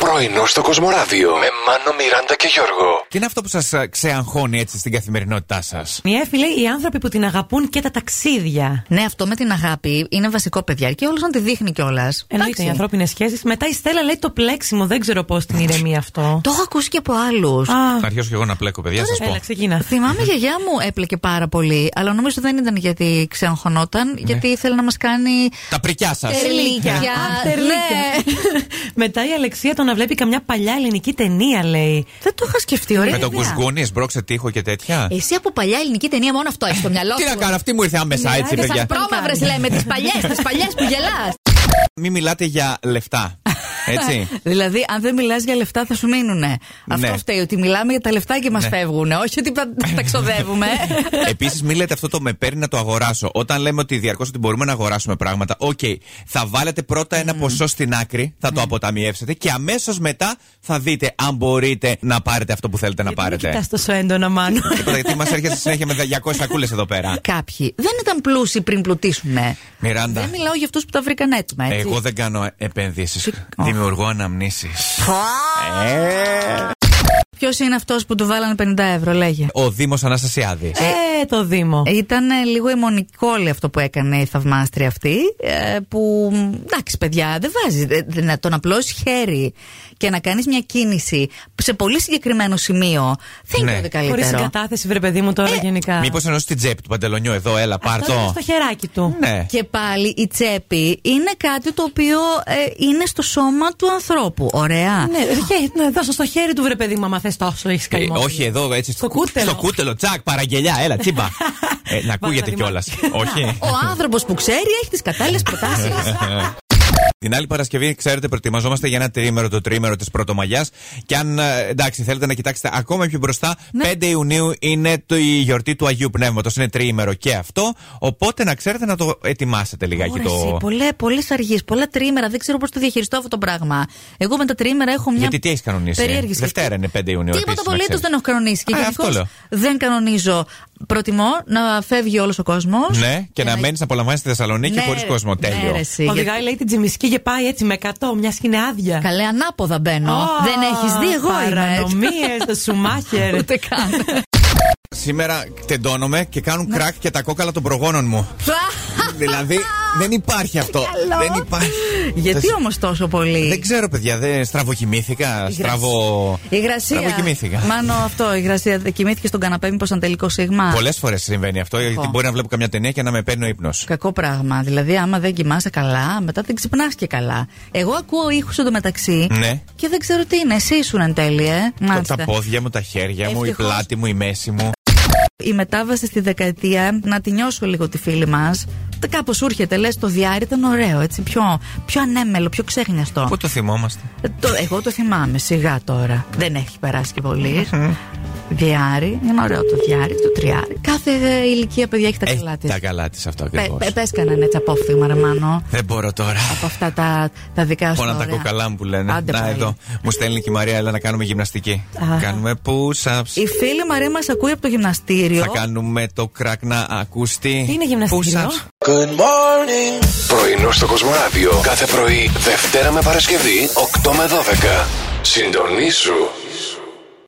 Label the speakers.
Speaker 1: Πρωινό στο Κοσμοράδιο με Μάνο, Μιράντα και Γιώργο.
Speaker 2: Τι είναι αυτό που σας ξεαγχώνει έτσι στην καθημερινότητά σας.
Speaker 3: Μια έφη λέει οι άνθρωποι που την αγαπούν και τα ταξίδια.
Speaker 4: Ναι, αυτό με την αγάπη είναι βασικό παιδιά και όλος να τη δείχνει κιόλας.
Speaker 3: Εννοείται οι ανθρώπινες σχέσεις. Μετά η Στέλλα λέει το πλέξιμο. Δεν ξέρω πώς την ηρεμεί αυτό.
Speaker 4: Το έχω ακούσει και από άλλους.
Speaker 2: Να αρχίσω κι εγώ να πλέκω, παιδιά, σα πω.
Speaker 3: Έλα, ξεκινά.
Speaker 4: Θυμάμαι η γιαγιά μου έπλεκε πάρα πολύ, αλλά νομίζω δεν ήταν γιατί
Speaker 2: Ναι.
Speaker 4: ξεαγχωνόταν, γιατί ήθελε να μας κάνει.
Speaker 2: Τα πρικιά σας.
Speaker 4: Τερλίκια.
Speaker 3: Α, τερλίκια.
Speaker 4: Ναι.
Speaker 3: Μετά η Αλεξία το να βλέπει καμιά παλιά ελληνική ταινία λέει.
Speaker 4: Δεν το είχα σκεφτεί, ωραία.
Speaker 2: Με τον
Speaker 4: ιδέα.
Speaker 2: κουσκούνι, σμπρώξε τείχο και τέτοια.
Speaker 4: Εσύ από παλιά ελληνική ταινία μόνο αυτό έχεις στο μυαλό
Speaker 2: Τι
Speaker 4: σου.
Speaker 2: να κάνω, αυτή μου ήρθε άμεσα έτσι,
Speaker 4: Τις
Speaker 2: παιδιά.
Speaker 4: ασπρόμαυρες λέμε, τις παλιές, τις παλιές που γελάς.
Speaker 2: Μην μιλάτε για λεφτά. Έτσι.
Speaker 4: δηλαδή, αν δεν μιλάς για λεφτά, θα σου μείνουνε.
Speaker 2: Ναι.
Speaker 4: Αυτό φταίει, ότι μιλάμε για τα λεφτά και μας
Speaker 2: Ναι. Ε,
Speaker 4: φεύγουν. Όχι ότι τα, τα ξοδεύουμε.
Speaker 2: Επίσης, μην λέτε αυτό το με παίρνει να το αγοράσω. Όταν λέμε ότι διαρκώς ότι μπορούμε να αγοράσουμε πράγματα, οκ, θα βάλετε πρώτα ένα ποσό στην άκρη, θα το αποταμιεύσετε και αμέσως μετά θα δείτε αν μπορείτε να πάρετε αυτό που θέλετε να πάρετε.
Speaker 3: Κοιτάς τόσο έντονα, μάλλον.
Speaker 2: Ε, τώρα, Γιατί μας έρχεσαι συνέχεια με 200 σακούλες εδώ πέρα.
Speaker 4: Κάποιοι δεν ήταν πλούσιοι πριν πλουτίσουν.
Speaker 2: Μιράντα,
Speaker 4: Δεν μιλάω για αυτούς που τα βρήκαν έτοιμα, έτσι.
Speaker 2: εγώ δεν κάνω επενδύσεις. Δημιουργώ αναμνήσεις.
Speaker 4: Ποιος είναι αυτός που του βάλανε 50 ευρώ, λέγε.
Speaker 2: Ο Δήμος Αναστασιάδη.
Speaker 3: Ε, το Δήμο.
Speaker 4: Ήταν ε, λίγο αιμονικόλη αυτό που έκανε η θαυμάστρια αυτή. ε, Που εντάξει, παιδιά, δεν βάζει. ε, δε- Να τον απλώσεις χέρι και να κάνεις μια κίνηση σε πολύ συγκεκριμένο σημείο. Δεν
Speaker 2: Ναι.
Speaker 4: είναι το
Speaker 3: Χωρί
Speaker 4: καλύτερο.
Speaker 3: συγκατάθεση, βρε παιδί μου, τώρα γενικά.
Speaker 2: Μήπως εννοεί την τσέπη του παντελονιού εδώ, έλα,
Speaker 3: Αυτό είναι
Speaker 2: πάρτο.
Speaker 3: στο χεράκι του.
Speaker 2: Ναι.
Speaker 4: Και πάλι η τσέπη είναι κάτι το οποίο ε, είναι στο σώμα του ανθρώπου. Ωραία.
Speaker 3: Ναι, ρε, χέρι, ναι, δώσω στο χέρι του βρε παιδί μου, άμα θες τόσο έχεις
Speaker 2: Ε,
Speaker 3: καημό.
Speaker 2: όχι εδώ, έτσι.
Speaker 3: Στο κούτελο.
Speaker 2: Στο κούτελο, τσακ, παραγγελιά, έλα, τσίμπα. ε, να ακούγεται
Speaker 3: Βάλε να
Speaker 2: κιόλας. όχι.
Speaker 4: Ο άνθρωπος που ξέρει έχει τις κατάλληλες προτάσεις.
Speaker 2: Την άλλη Παρασκευή, ξέρετε, προετοιμαζόμαστε για ένα τρίμερο, το τρίμερο της Πρωτομαγιάς. Και αν ε, εντάξει, θέλετε να κοιτάξετε ακόμα πιο μπροστά,
Speaker 3: Ναι.
Speaker 2: 5 Ιουνίου είναι το, η γιορτή του Αγίου Πνεύματος. Είναι τρίμερο και αυτό. Οπότε να ξέρετε να το ετοιμάσετε λιγάκι
Speaker 4: Ωραία,
Speaker 2: το.
Speaker 4: εσύ, πολλέ, πολλές αργίες, πολλά τρίμερα. Δεν ξέρω πώς το διαχειριστώ αυτό το πράγμα. Εγώ με τα τρίμερα έχω μια.
Speaker 2: Γιατί τι έχεις κανονίσει.
Speaker 4: Περίεργη σκέψη.
Speaker 2: Δευτέρα είναι 5 Ιουνίου.
Speaker 4: Τίποτα
Speaker 2: επίσης, να
Speaker 4: απολύτω
Speaker 2: ξέρεις.
Speaker 4: δεν έχω κανονίσει. Και
Speaker 2: Α,
Speaker 4: γενικώς
Speaker 2: αυτό λέω.
Speaker 4: δεν κανονίζω. Προτιμώ να φεύγει όλος ο κόσμος.
Speaker 2: Ναι,
Speaker 4: Ε,
Speaker 2: και να μένεις να απολαμβάνεις τη Θεσσαλονίκη
Speaker 4: Ναι,
Speaker 2: χωρίς κόσμο. Τέλειο.
Speaker 3: Οδηγάει, λέει την τζιμισκή και πάει έτσι με 100, μιας και είναι άδεια.
Speaker 4: Καλέ ανάποδα μπαίνω.
Speaker 3: Α,
Speaker 4: δεν έχεις δει, εγώ είμαι. έτσι.
Speaker 3: Παρανομίες, το Σουμάχερ.
Speaker 4: Ούτε καν.
Speaker 2: Σήμερα τεντώνομαι και κάνουν
Speaker 4: Ναι.
Speaker 2: κρακ και τα κόκαλα των προγόνων μου. δηλαδή δεν υπάρχει αυτό.
Speaker 4: Καλό.
Speaker 2: Δεν υπάρχει.
Speaker 4: Γιατί
Speaker 2: Τες-
Speaker 4: όμως τόσο πολύ.
Speaker 2: Δεν ξέρω, παιδιά, δεν στραβοκοιμήθηκα. Στραβο.
Speaker 4: Η γρασία.
Speaker 2: Στραβοκοιμήθηκα.
Speaker 4: Μάνο αυτό, η γρασία. δεν Κοιμήθηκε στον καναπέ, μήπως σαν τελικό σίγμα.
Speaker 2: Πολλές φορές συμβαίνει αυτό, γιατί μπορεί να βλέπω καμιά ταινία και να με παίρνει ο ύπνος.
Speaker 4: Κακό πράγμα. Δηλαδή, άμα δεν κοιμάσαι καλά, μετά δεν ξυπνάς και καλά. Εγώ ακούω ήχους εντωμεταξύ
Speaker 2: Ναι.
Speaker 4: και δεν ξέρω τι είναι. Εσύ ήσουν εν τέλει, ε. Μάλιστα.
Speaker 2: Τα πόδια μου, τα χέρια μου, η
Speaker 4: Ευτυχώς.
Speaker 2: πλάτη μου, η μέση μου.
Speaker 4: Η μετάβαση στη δεκαετία, να τη νιώσω λίγο τη φίλη μας. Κάπω σου έρχεται, λες το διάρρη ήταν ωραίο, έτσι. Πιο, πιο ανέμελο, πιο ξέχνιαστο.
Speaker 2: Πού το θυμόμαστε.
Speaker 4: Ε, Το, εγώ το θυμάμαι σιγά τώρα. Δεν έχει περάσει και πολύ. διάρρη, είναι ωραίο το διάρρη, το τριάρι. Κάθε ε, ηλικία, παιδιά, έχει τα
Speaker 2: Έχει
Speaker 4: καλά της.
Speaker 2: τα καλά της αυτό ακριβώς.
Speaker 4: Πε κανέναν έτσι απόφθηγμα, ρε Μάνο.
Speaker 2: Δεν μπορώ τώρα.
Speaker 4: από αυτά τα, τα δικά σου.
Speaker 2: Πόνα τα
Speaker 4: ωραία.
Speaker 2: κοκαλά μου που λένε.
Speaker 4: Άντε
Speaker 2: Να
Speaker 4: πάλι.
Speaker 2: εδώ. Μου στέλνει και η Μαρία, έλα να κάνουμε γυμναστική. Κάνουμε push-ups.
Speaker 4: Η φίλη Μαρία μας ακούει από το γυμναστήριο.
Speaker 2: Θα κάνουμε το κρακ να ακουστεί.
Speaker 3: Τι είναι γυμναστήριο?
Speaker 2: Push-ups.
Speaker 1: Πρωινό στο Κοσμοράδιο κάθε πρωί, Δευτέρα με Παρασκευή, 8 με 12. Συντονίσου